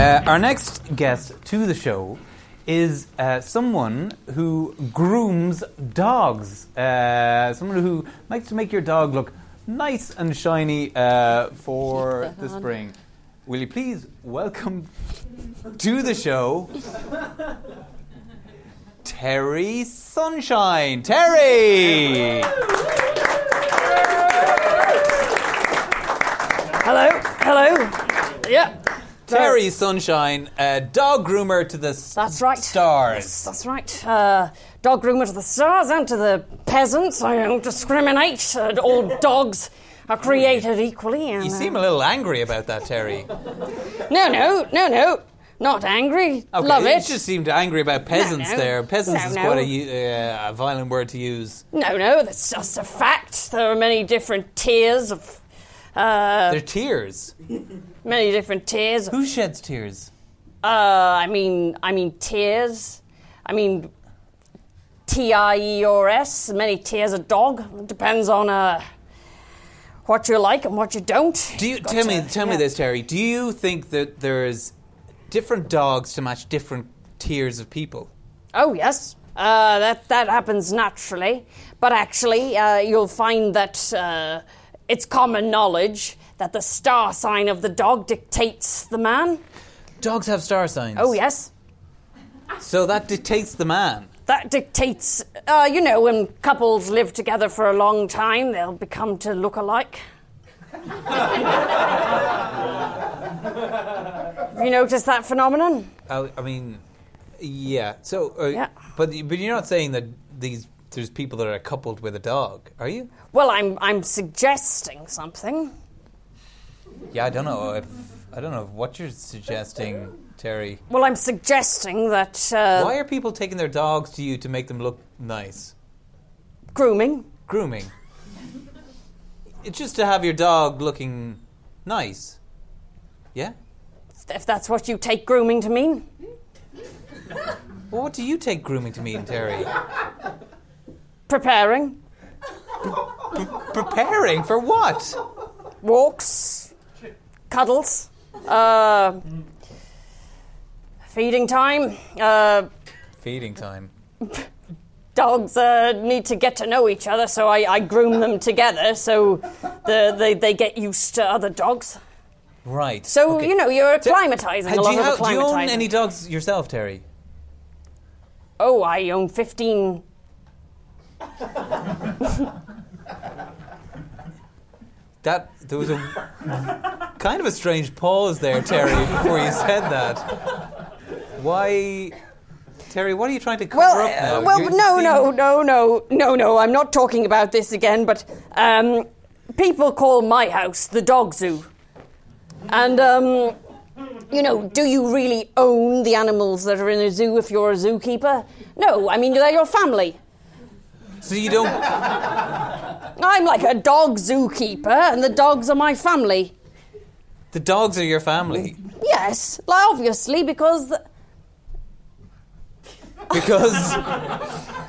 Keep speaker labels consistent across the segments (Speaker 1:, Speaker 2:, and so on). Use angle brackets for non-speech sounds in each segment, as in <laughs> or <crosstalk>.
Speaker 1: Uh, Our next guest to the show is uh, someone who grooms dogs. Uh, someone who likes to make your dog look nice and shiny uh, for the spring. Will you please welcome to the show Terry Sunshine? Terry!
Speaker 2: Hello, hello. Yeah,
Speaker 1: Terry Sunshine, uh, dog groomer to the s-
Speaker 2: that's right.
Speaker 1: stars.
Speaker 2: Yes, that's right. Uh, dog groomer to the stars and to the peasants. I don't discriminate. Uh, all dogs are created equally. And,
Speaker 1: You
Speaker 2: uh,
Speaker 1: seem a little angry about that, Terry.
Speaker 2: no, no, no, no. Not angry.
Speaker 1: Okay,
Speaker 2: Love
Speaker 1: you
Speaker 2: it.
Speaker 1: just seemed angry about peasants
Speaker 2: no.
Speaker 1: there. Peasants
Speaker 2: No,
Speaker 1: is
Speaker 2: no.
Speaker 1: quite a, u- uh, a violent word to use.
Speaker 2: No, no, that's just a fact. There are many different tiers of. Uh,
Speaker 1: They're tears.
Speaker 2: many different tiers. Uh,
Speaker 1: Who sheds tears?
Speaker 2: I mean, I mean tiers. I mean, T I E R S. Many tiers of dog. Depends on uh, what you like and what you don't.
Speaker 1: Do you
Speaker 2: You've got
Speaker 1: tell me
Speaker 2: to-
Speaker 1: tell me
Speaker 2: yeah.
Speaker 1: this, Terry? Do you think that there's different dogs to match different tiers of people?
Speaker 2: Oh yes, uh, that that happens naturally. But actually, uh, you'll find that uh, it's common knowledge that the star sign of the dog dictates the man.
Speaker 1: Dogs have star signs.
Speaker 2: Oh yes,
Speaker 1: So that dictates the man.
Speaker 2: that dictates. Uh, you know, when couples live together for a long time, they'll become to look alike. Have you noticed that phenomenon?
Speaker 1: I, I mean, yeah. So, uh,
Speaker 2: Yeah.
Speaker 1: but but you're not saying that these there's people that are coupled with a dog, are you?
Speaker 2: Well, I'm I'm suggesting something.
Speaker 1: Yeah, I don't know. If, I don't know what you're suggesting, Terry.
Speaker 2: Well, I'm suggesting that uh,
Speaker 1: Why are people taking their dogs to you to make them look nice?
Speaker 2: grooming
Speaker 1: Grooming. It's just to have your dog looking nice. Yeah?
Speaker 2: if that's what you take grooming to mean.
Speaker 1: Well, what do you take grooming to mean, Terry?
Speaker 2: Preparing,
Speaker 1: Preparing for what?
Speaker 2: walks, cuddles, uh, feeding time. Uh,
Speaker 1: Feeding time.
Speaker 2: dogs uh, need to get to know each other, so I, I groom them together so the, they, they get used to other dogs.
Speaker 1: Right.
Speaker 2: So,
Speaker 1: okay.
Speaker 2: you know, you're
Speaker 1: Ter-
Speaker 2: acclimatizing.
Speaker 1: do,
Speaker 2: a lot
Speaker 1: you
Speaker 2: of
Speaker 1: have- do you own
Speaker 2: acclimatizing.
Speaker 1: any dogs yourself, Terry?
Speaker 2: Oh, I own 15.
Speaker 1: That there was a kind of a strange pause there, Terry, before you said that. Why, Terry? What are you trying to cover
Speaker 2: Well,
Speaker 1: up now?
Speaker 2: uh, well,
Speaker 1: You
Speaker 2: no,
Speaker 1: seem-
Speaker 2: no, no, no, no, no. I'm not talking about this again. But um, people call my house the dog zoo, and um, you know, do you really own the animals that are in a zoo if you're a zookeeper? No, I mean they're your family.
Speaker 1: So you don't.
Speaker 2: I'm like a dog zookeeper, and the dogs are my family.
Speaker 1: The dogs are your family
Speaker 2: Yes, like, obviously, because <laughs>
Speaker 1: because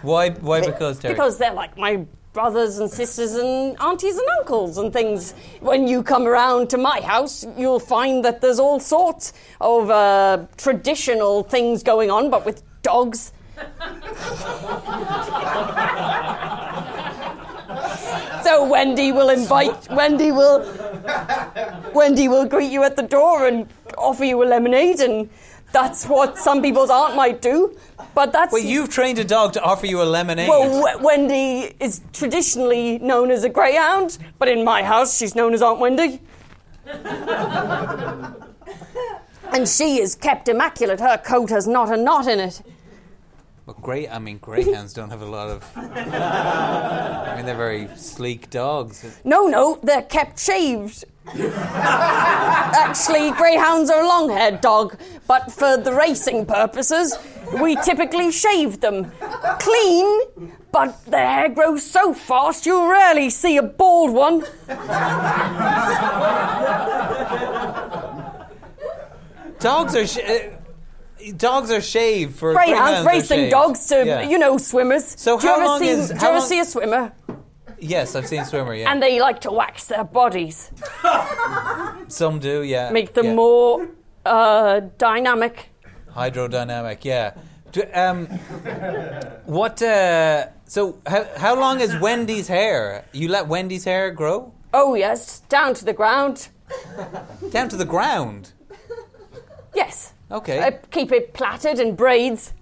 Speaker 1: why? Why because Terry?
Speaker 2: Because they're like my brothers and sisters and aunties and uncles and things. When you come around to my house, you'll find that there's all sorts of uh, traditional things going on, but with dogs. <laughs> so Wendy will invite Wendy will Wendy will greet you at the door and offer you a lemonade and that's what some people's aunt might do. But that's
Speaker 1: well, you've trained a dog to offer you a lemonade.
Speaker 2: well, w- Wendy is traditionally known as a greyhound, but in my house, she's known as Aunt Wendy. <laughs> and she is kept immaculate. Her coat has not a knot in it.
Speaker 1: Well, great. I mean, greyhounds don't have a lot of. I mean, they're very sleek dogs.
Speaker 2: No, no, they're kept shaved. <laughs> Actually, greyhounds are a long haired dog, but for the racing purposes, we typically shave them. Clean, but their hair grows so fast you rarely see a bald one.
Speaker 1: Dogs are. Sh- uh, dogs are shaved for
Speaker 2: greyhounds,
Speaker 1: are
Speaker 2: racing
Speaker 1: shaved.
Speaker 2: dogs to
Speaker 1: Yeah.
Speaker 2: you know swimmers.
Speaker 1: So
Speaker 2: do you
Speaker 1: how
Speaker 2: ever
Speaker 1: long
Speaker 2: see
Speaker 1: is-
Speaker 2: do you
Speaker 1: how
Speaker 2: ever
Speaker 1: long-
Speaker 2: see a swimmer?
Speaker 1: Yes, I've seen swimmer. Yeah,
Speaker 2: And they like to wax their bodies,
Speaker 1: some do. Yeah,
Speaker 2: make them
Speaker 1: yeah.
Speaker 2: more uh, dynamic.
Speaker 1: Hydrodynamic, yeah. Do, um, what? Uh, so, how, how long is Wendy's hair? You let Wendy's hair grow
Speaker 2: Oh, yes, down to the ground.
Speaker 1: down to the ground.
Speaker 2: Yes.
Speaker 1: Okay.
Speaker 2: I keep it plaited and braids.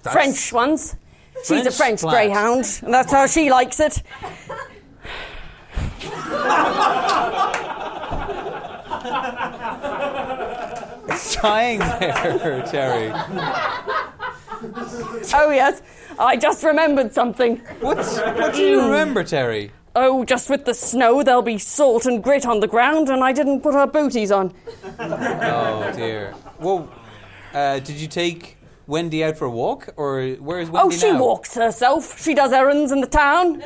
Speaker 2: French ones. She's a
Speaker 1: French
Speaker 2: French
Speaker 1: plait. <laughs>
Speaker 2: greyhound, and that's how she likes it.
Speaker 1: tying there, Terry.
Speaker 2: Oh, yes, I just remembered something.
Speaker 1: What's, what do
Speaker 2: Mm.
Speaker 1: you remember, Terry?
Speaker 2: Oh, just with the snow, there'll be salt and grit on the ground, and I didn't put her booties on.
Speaker 1: Oh dear. Well, uh, did you take Wendy out for a walk, or where is Wendy
Speaker 2: Oh, she
Speaker 1: now?
Speaker 2: walks herself. She does errands in the town.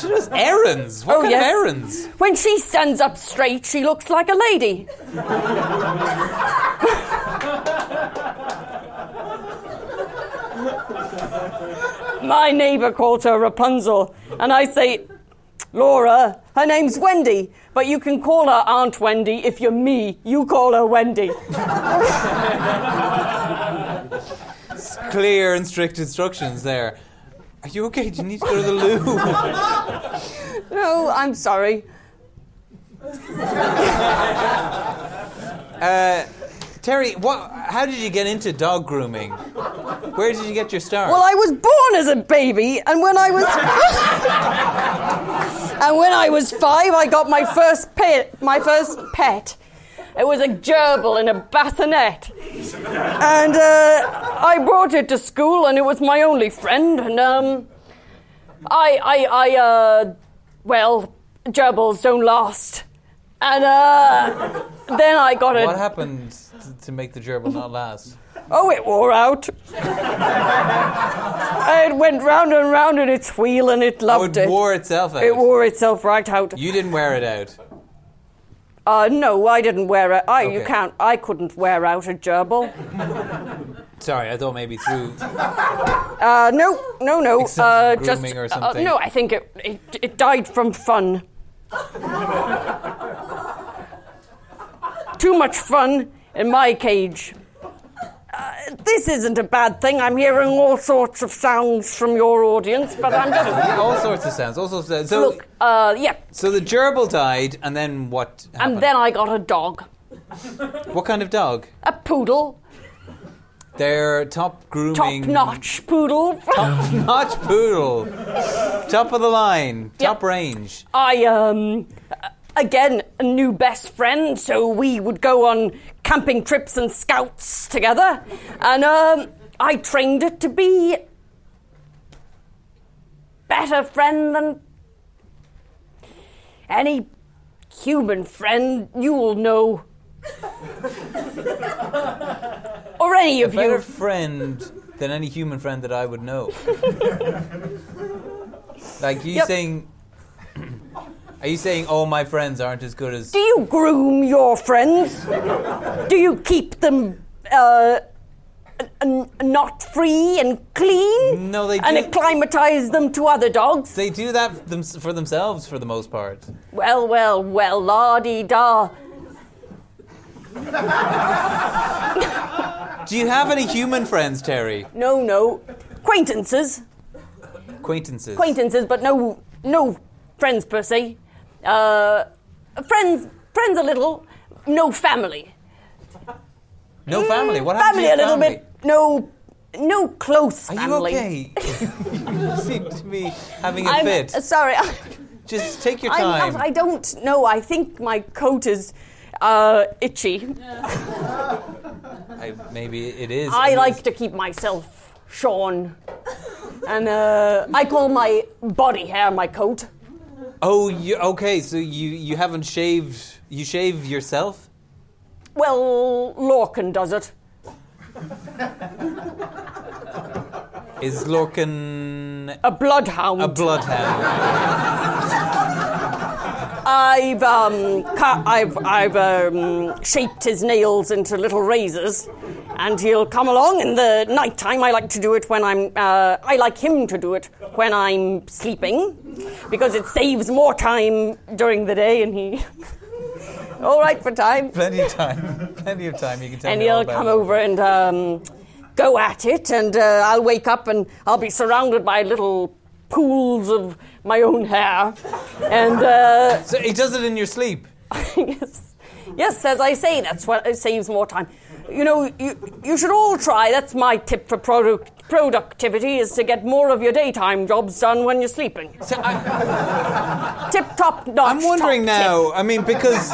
Speaker 1: She does errands. What
Speaker 2: Oh,
Speaker 1: kind
Speaker 2: yes.
Speaker 1: of errands?
Speaker 2: When she stands up straight, she looks like a lady. My neighbour calls her Rapunzel, and I say, Laura, her name's Wendy, but you can call her Aunt Wendy if you're me. You call her Wendy.
Speaker 1: Clear and strict instructions there. Are you okay? Do you need to go to the loo? <laughs>
Speaker 2: No, Oh, I'm sorry.
Speaker 1: Terry, what? How did you get into dog grooming? Where did you get your start?
Speaker 2: Well, I was born as a baby, and when I was and when I was five, I got my first pet. My first pet. It was a gerbil in a bassinet, and uh, I brought it to school, and it was my only friend. And um, I, I, I, uh, well, gerbils don't last. And uh, then I got
Speaker 1: what
Speaker 2: it.
Speaker 1: happened to, to make the gerbil not last?
Speaker 2: Oh, it wore out. <laughs> it went round and round in its wheel, and it
Speaker 1: Oh,
Speaker 2: loved
Speaker 1: it
Speaker 2: it.
Speaker 1: wore itself out.
Speaker 2: It wore itself right out.
Speaker 1: you didn't wear it out.
Speaker 2: Uh, no, I didn't wear it. I, you
Speaker 1: Okay.
Speaker 2: can't. I couldn't wear out a gerbil.
Speaker 1: Sorry, I thought maybe through.
Speaker 2: Uh, no, no, no.
Speaker 1: Excessive
Speaker 2: uh,
Speaker 1: grooming
Speaker 2: just
Speaker 1: or
Speaker 2: uh,
Speaker 1: something.
Speaker 2: no. I think it, it it died from fun. Too much fun in my cage. Uh, this isn't a bad thing. I'm hearing all sorts of sounds from your audience, but I'm just
Speaker 1: All sorts of sounds. All sorts of sounds. So,
Speaker 2: look. Uh, yeah.
Speaker 1: so the gerbil died, and then what? Happened?
Speaker 2: And then I got a dog,
Speaker 1: What kind of dog?
Speaker 2: a poodle,
Speaker 1: Their top
Speaker 2: top
Speaker 1: grooming.
Speaker 2: notch poodle.
Speaker 1: Notch poodle. top of the line. Top range.
Speaker 2: I um again a new best friend, so we would go on camping trips and scouts together, and um I trained it to be better friend than any human friend you will know. or any of
Speaker 1: Better
Speaker 2: you.
Speaker 1: friend than any human friend that I would
Speaker 2: <laughs>
Speaker 1: know. like you
Speaker 2: Yep.
Speaker 1: saying <clears throat> Are you saying all my friends aren't as good as
Speaker 2: Do you groom your friends? Do you keep them uh, n- n- not free and clean?
Speaker 1: No, they
Speaker 2: And
Speaker 1: do-
Speaker 2: acclimatize them to other dogs?
Speaker 1: they do that them- for themselves for the most part.
Speaker 2: Well, well, well, la di da.
Speaker 1: Do you have any human friends, Terry?
Speaker 2: No, no. Acquaintances.
Speaker 1: Acquaintances.
Speaker 2: Acquaintances, but no no friends per se. Uh, friends, friends a little, no family.
Speaker 1: no family. What happened
Speaker 2: Mm, Family
Speaker 1: to your
Speaker 2: a little
Speaker 1: family?
Speaker 2: bit, no no close
Speaker 1: Are you
Speaker 2: family. <laughs>
Speaker 1: okay? you seem to be having a
Speaker 2: I'm
Speaker 1: fit.
Speaker 2: uh, sorry. <laughs>
Speaker 1: Just take your time.
Speaker 2: I'm not, I don't know. I think my coat is uh, itchy.
Speaker 1: I- maybe it is.
Speaker 2: I
Speaker 1: mean,
Speaker 2: like to keep myself shorn. And uh, I call my body hair my coat.
Speaker 1: Oh, you, okay. So you you haven't shaved. You shave yourself.
Speaker 2: Well, Lorcan does it.
Speaker 1: Is Lorcan
Speaker 2: A bloodhound.
Speaker 1: a
Speaker 2: <laughs>
Speaker 1: bloodhound?
Speaker 2: I've um, ca- I've I've um, shaped his nails into little razors, and he'll come along in the night time. I like to do it when I'm. Uh, I like him to do it when I'm sleeping, because it saves more time during the day, and he <laughs> all right for time.
Speaker 1: Plenty of time. Plenty of time. You can tell
Speaker 2: And
Speaker 1: me all
Speaker 2: he'll
Speaker 1: about
Speaker 2: come
Speaker 1: it.
Speaker 2: over and um, go at it, and uh, I'll wake up and I'll be surrounded by little pools of my own hair. And uh,
Speaker 1: So he does it in your sleep.
Speaker 2: <laughs> yes, yes, as I say, that's what it saves more time. You know, you, you should all try. That's my tip for product, productivity is to get more of your daytime jobs done when you're sleeping.
Speaker 1: So I,
Speaker 2: <laughs> Tip top notch.
Speaker 1: I'm wondering
Speaker 2: top tip.
Speaker 1: now. I mean, because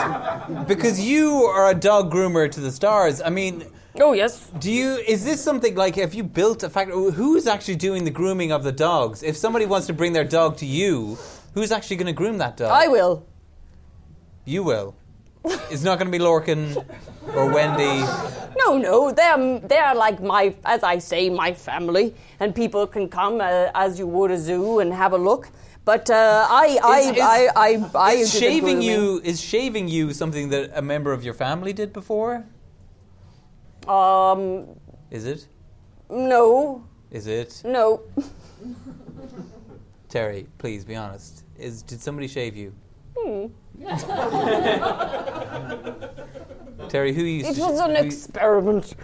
Speaker 1: because you are a dog groomer to the stars. I mean,
Speaker 2: Oh yes.
Speaker 1: do you? Is this something like? Have you built a factory? Who's actually doing the grooming of the dogs? If somebody wants to bring their dog to you, who's actually going to groom that dog?
Speaker 2: I will.
Speaker 1: You will. It's not going to be Lorcan or
Speaker 2: <laughs>
Speaker 1: Wendy.
Speaker 2: No, no, they're they're like my, as I say, my family, and people can come uh, as you would a zoo and have a look. But uh, I, I,
Speaker 1: Is- is-
Speaker 2: I, I, I,
Speaker 1: Is
Speaker 2: do the
Speaker 1: shaving
Speaker 2: grooming.
Speaker 1: you is shaving you something that a member of your family did before?
Speaker 2: Um,
Speaker 1: Is it?
Speaker 2: no,
Speaker 1: Is it?
Speaker 2: no,
Speaker 1: Terry, please be honest. Is did somebody shave you?
Speaker 2: Hmm.
Speaker 1: Terry, who used
Speaker 2: it
Speaker 1: to
Speaker 2: was
Speaker 1: sh-
Speaker 2: an
Speaker 1: who-
Speaker 2: experiment.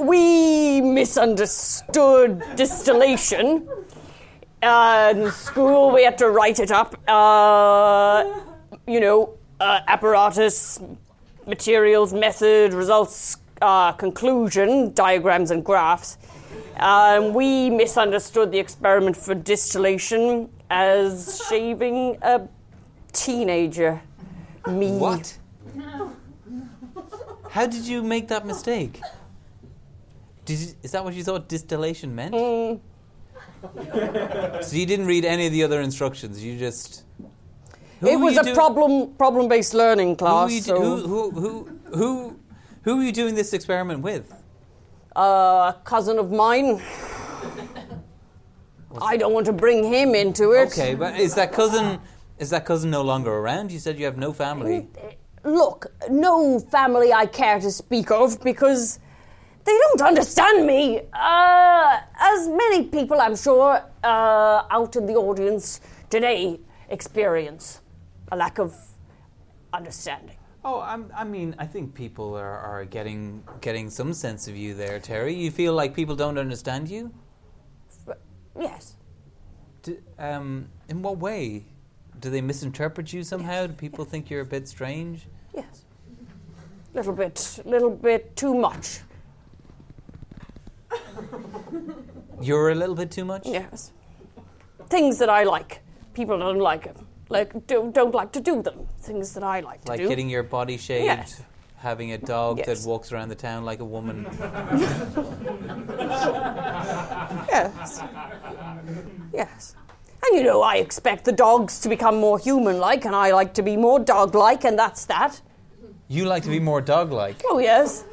Speaker 2: we misunderstood distillation. Uh, in school, we had to write it up. Uh, you know, uh, apparatus, materials, method, results, uh, conclusion, diagrams, and graphs. Um, we misunderstood the experiment for distillation as shaving a teenager. Me.
Speaker 1: What? How did you make that mistake? Did you, is that what you thought distillation meant? so you didn't read any of the other instructions. You just. Who
Speaker 2: It
Speaker 1: were
Speaker 2: was
Speaker 1: you
Speaker 2: a
Speaker 1: doing-
Speaker 2: problem problem based learning
Speaker 1: Who,
Speaker 2: class.
Speaker 1: were you do-
Speaker 2: so,
Speaker 1: who, who, who, who, who were you doing this experiment with?
Speaker 2: uh, a cousin of
Speaker 1: <laughs>
Speaker 2: mine. I don't want to bring him into it.
Speaker 1: Okay, but is that cousin? Is that cousin no longer around? You said you have no family.
Speaker 2: Look, no family I care to speak of because they don't understand me. Uh, as many people, I'm sure, uh, out in the audience today experience a lack of understanding.
Speaker 1: Oh, I'm, I mean, I think people are, are getting getting some sense of you there, Terry. You feel like people don't understand you.
Speaker 2: Yes.
Speaker 1: Do, um, in what way? Do they misinterpret you somehow? Do people think you're a bit strange?
Speaker 2: Yes. Little bit, little bit too much.
Speaker 1: You're a little bit too much.
Speaker 2: Yes. Things that I like. People don't like them. Like do, don't like to do them. Things that I like to
Speaker 1: Like
Speaker 2: do.
Speaker 1: getting your body shaved,
Speaker 2: Yes.
Speaker 1: having a dog
Speaker 2: Yes.
Speaker 1: that walks around the town like a woman.
Speaker 2: Yes. Yes. And you know, I expect the dogs to become more human-like, and I like to be more dog-like, and that's that.
Speaker 1: You like to be more dog-like.
Speaker 2: Oh yes.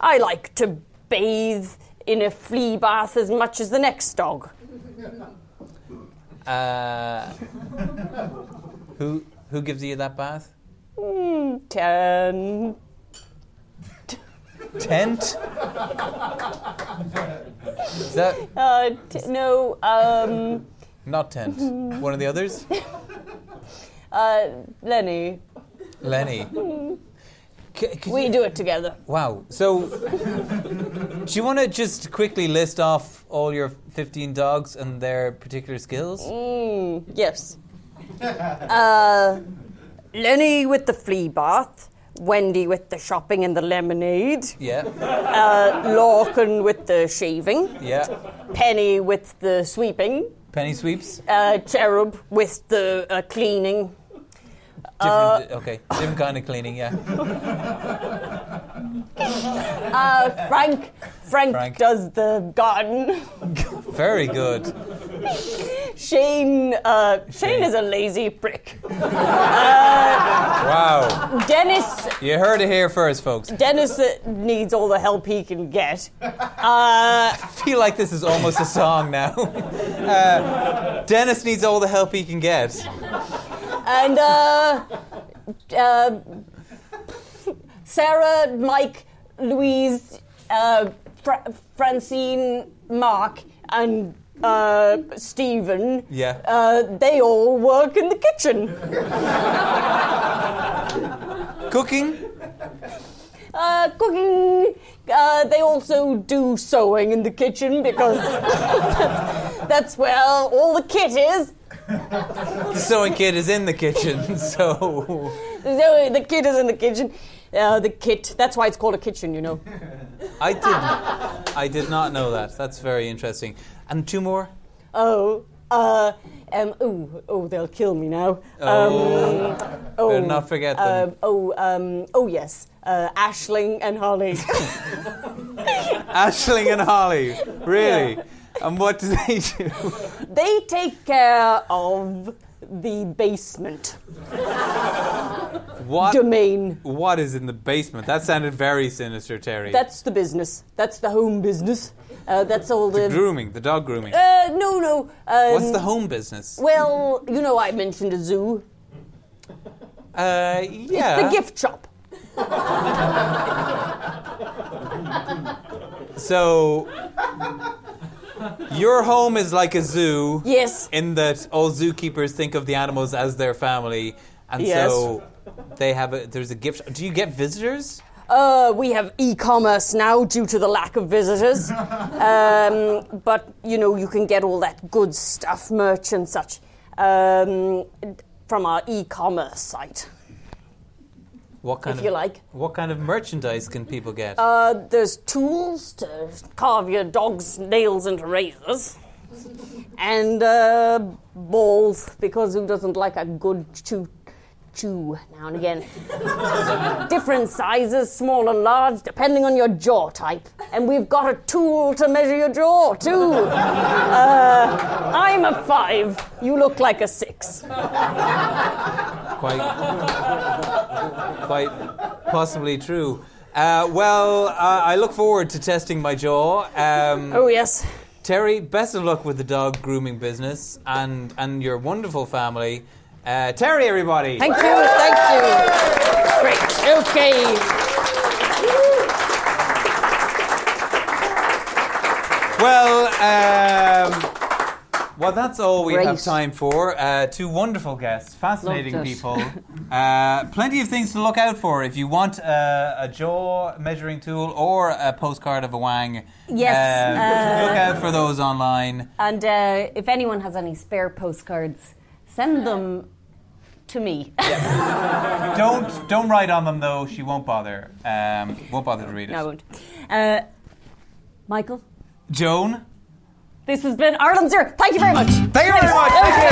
Speaker 2: I like to bathe in a flea bath as much as the next dog.
Speaker 1: Uh, who who gives you that bath?
Speaker 2: Ten.
Speaker 1: Tent. Is that
Speaker 2: Uh, t- no. Um.
Speaker 1: not tent? One of the others,
Speaker 2: Uh. Lenny.
Speaker 1: Lenny. C- could
Speaker 2: We
Speaker 1: you-
Speaker 2: do it together.
Speaker 1: wow. So, do you want to just quickly list off all your fifteen dogs and their particular skills?
Speaker 2: Yes. Uh, Lenny with the flea bath, Wendy with the shopping and the lemonade,
Speaker 1: Yeah,
Speaker 2: uh, Lorcan with the shaving,
Speaker 1: yeah.
Speaker 2: Penny with the sweeping,
Speaker 1: Penny sweeps.
Speaker 2: uh, Cherub with the uh, cleaning,
Speaker 1: Different. okay, different kind of cleaning. Yeah.
Speaker 2: uh, Frank. Frank,
Speaker 1: Frank.
Speaker 2: does the garden.
Speaker 1: Very good.
Speaker 2: Shane, uh, Shane is a lazy prick.
Speaker 1: Wow.
Speaker 2: Dennis
Speaker 1: You heard it here first, folks.
Speaker 2: Dennis uh, needs all the help he can get. Uh,
Speaker 1: feel like this is almost a song now. <laughs> Uh, Dennis needs all the help he can get.
Speaker 2: and uh, uh, Sarah, Mike, Louise, uh, Fra- Francine, Mark, and uh, Stephen,
Speaker 1: Yeah.
Speaker 2: uh, they all work in the kitchen.
Speaker 1: Cooking?
Speaker 2: Uh, cooking, uh, they also do sewing in the kitchen because <laughs> that's, that's where all the kit is.
Speaker 1: The sewing kid is in the kitchen, <laughs> so.
Speaker 2: So the kit is in the kitchen. Uh, the kit, that's why it's called a kitchen, you know.
Speaker 1: I did, I did not know that. That's very interesting. And two more?
Speaker 2: Oh, uh, um, ooh, oh, they'll kill me now.
Speaker 1: Oh.
Speaker 2: Um, oh,
Speaker 1: Better not forget them.
Speaker 2: Um, oh, um, oh yes, uh, Ashling and Holly.
Speaker 1: Ashling and Holly. Really? And what do they do?
Speaker 2: <laughs> they take care of the basement
Speaker 1: What,
Speaker 2: domain.
Speaker 1: what is in the basement? That sounded very sinister, Terry.
Speaker 2: That's the business. That's the home business. Uh, that's all the.
Speaker 1: grooming, the dog grooming.
Speaker 2: uh, no, no. Um,
Speaker 1: What's the home business?
Speaker 2: Well, you know, I mentioned a zoo.
Speaker 1: Uh, yeah.
Speaker 2: The gift shop.
Speaker 1: So your home is like a zoo
Speaker 2: Yes.
Speaker 1: in that all zookeepers think of the animals as their family and
Speaker 2: Yes.
Speaker 1: so they have a there's a gift do you get visitors
Speaker 2: Uh, we have e-commerce now due to the lack of visitors, um, but you know you can get all that good stuff, merch and such, um, from our e-commerce site.
Speaker 1: what kind
Speaker 2: If
Speaker 1: of
Speaker 2: you like.
Speaker 1: what kind of merchandise can people get
Speaker 2: Uh, there's tools to carve your dog's nails into razors, and uh, balls because who doesn't like a good chew? Chew now and again. Different sizes, small and large, depending on your jaw type. And we've got a tool to measure your jaw too. Uh, I'm a five. You look like a six.
Speaker 1: quite quite possibly true uh, well uh, I look forward to testing my jaw um,
Speaker 2: Oh yes.
Speaker 1: Terry, best of luck with the dog grooming business and, and your wonderful family. Uh, Terry, everybody!
Speaker 2: Thank you. Thank you. Great. Okay.
Speaker 1: Well, um, well, that's all we
Speaker 2: Great.
Speaker 1: have time for. Uh, two wonderful guests, fascinating
Speaker 2: Loved it.
Speaker 1: people. Uh, plenty of things to look out for if you want uh, a jaw measuring tool or a postcard of a wang.
Speaker 3: Yes,
Speaker 1: um,
Speaker 3: uh,
Speaker 1: look out for those online.
Speaker 3: And uh, if anyone has any spare postcards, send them to me. <laughs>
Speaker 1: Don't don't write on them though. She won't bother. Um, won't bother to read it.
Speaker 3: no, I won't. Uh, Michael,
Speaker 1: Joan,
Speaker 3: this has been Ireland's Ear. Thank you very much.
Speaker 1: thank you very much. Thank you.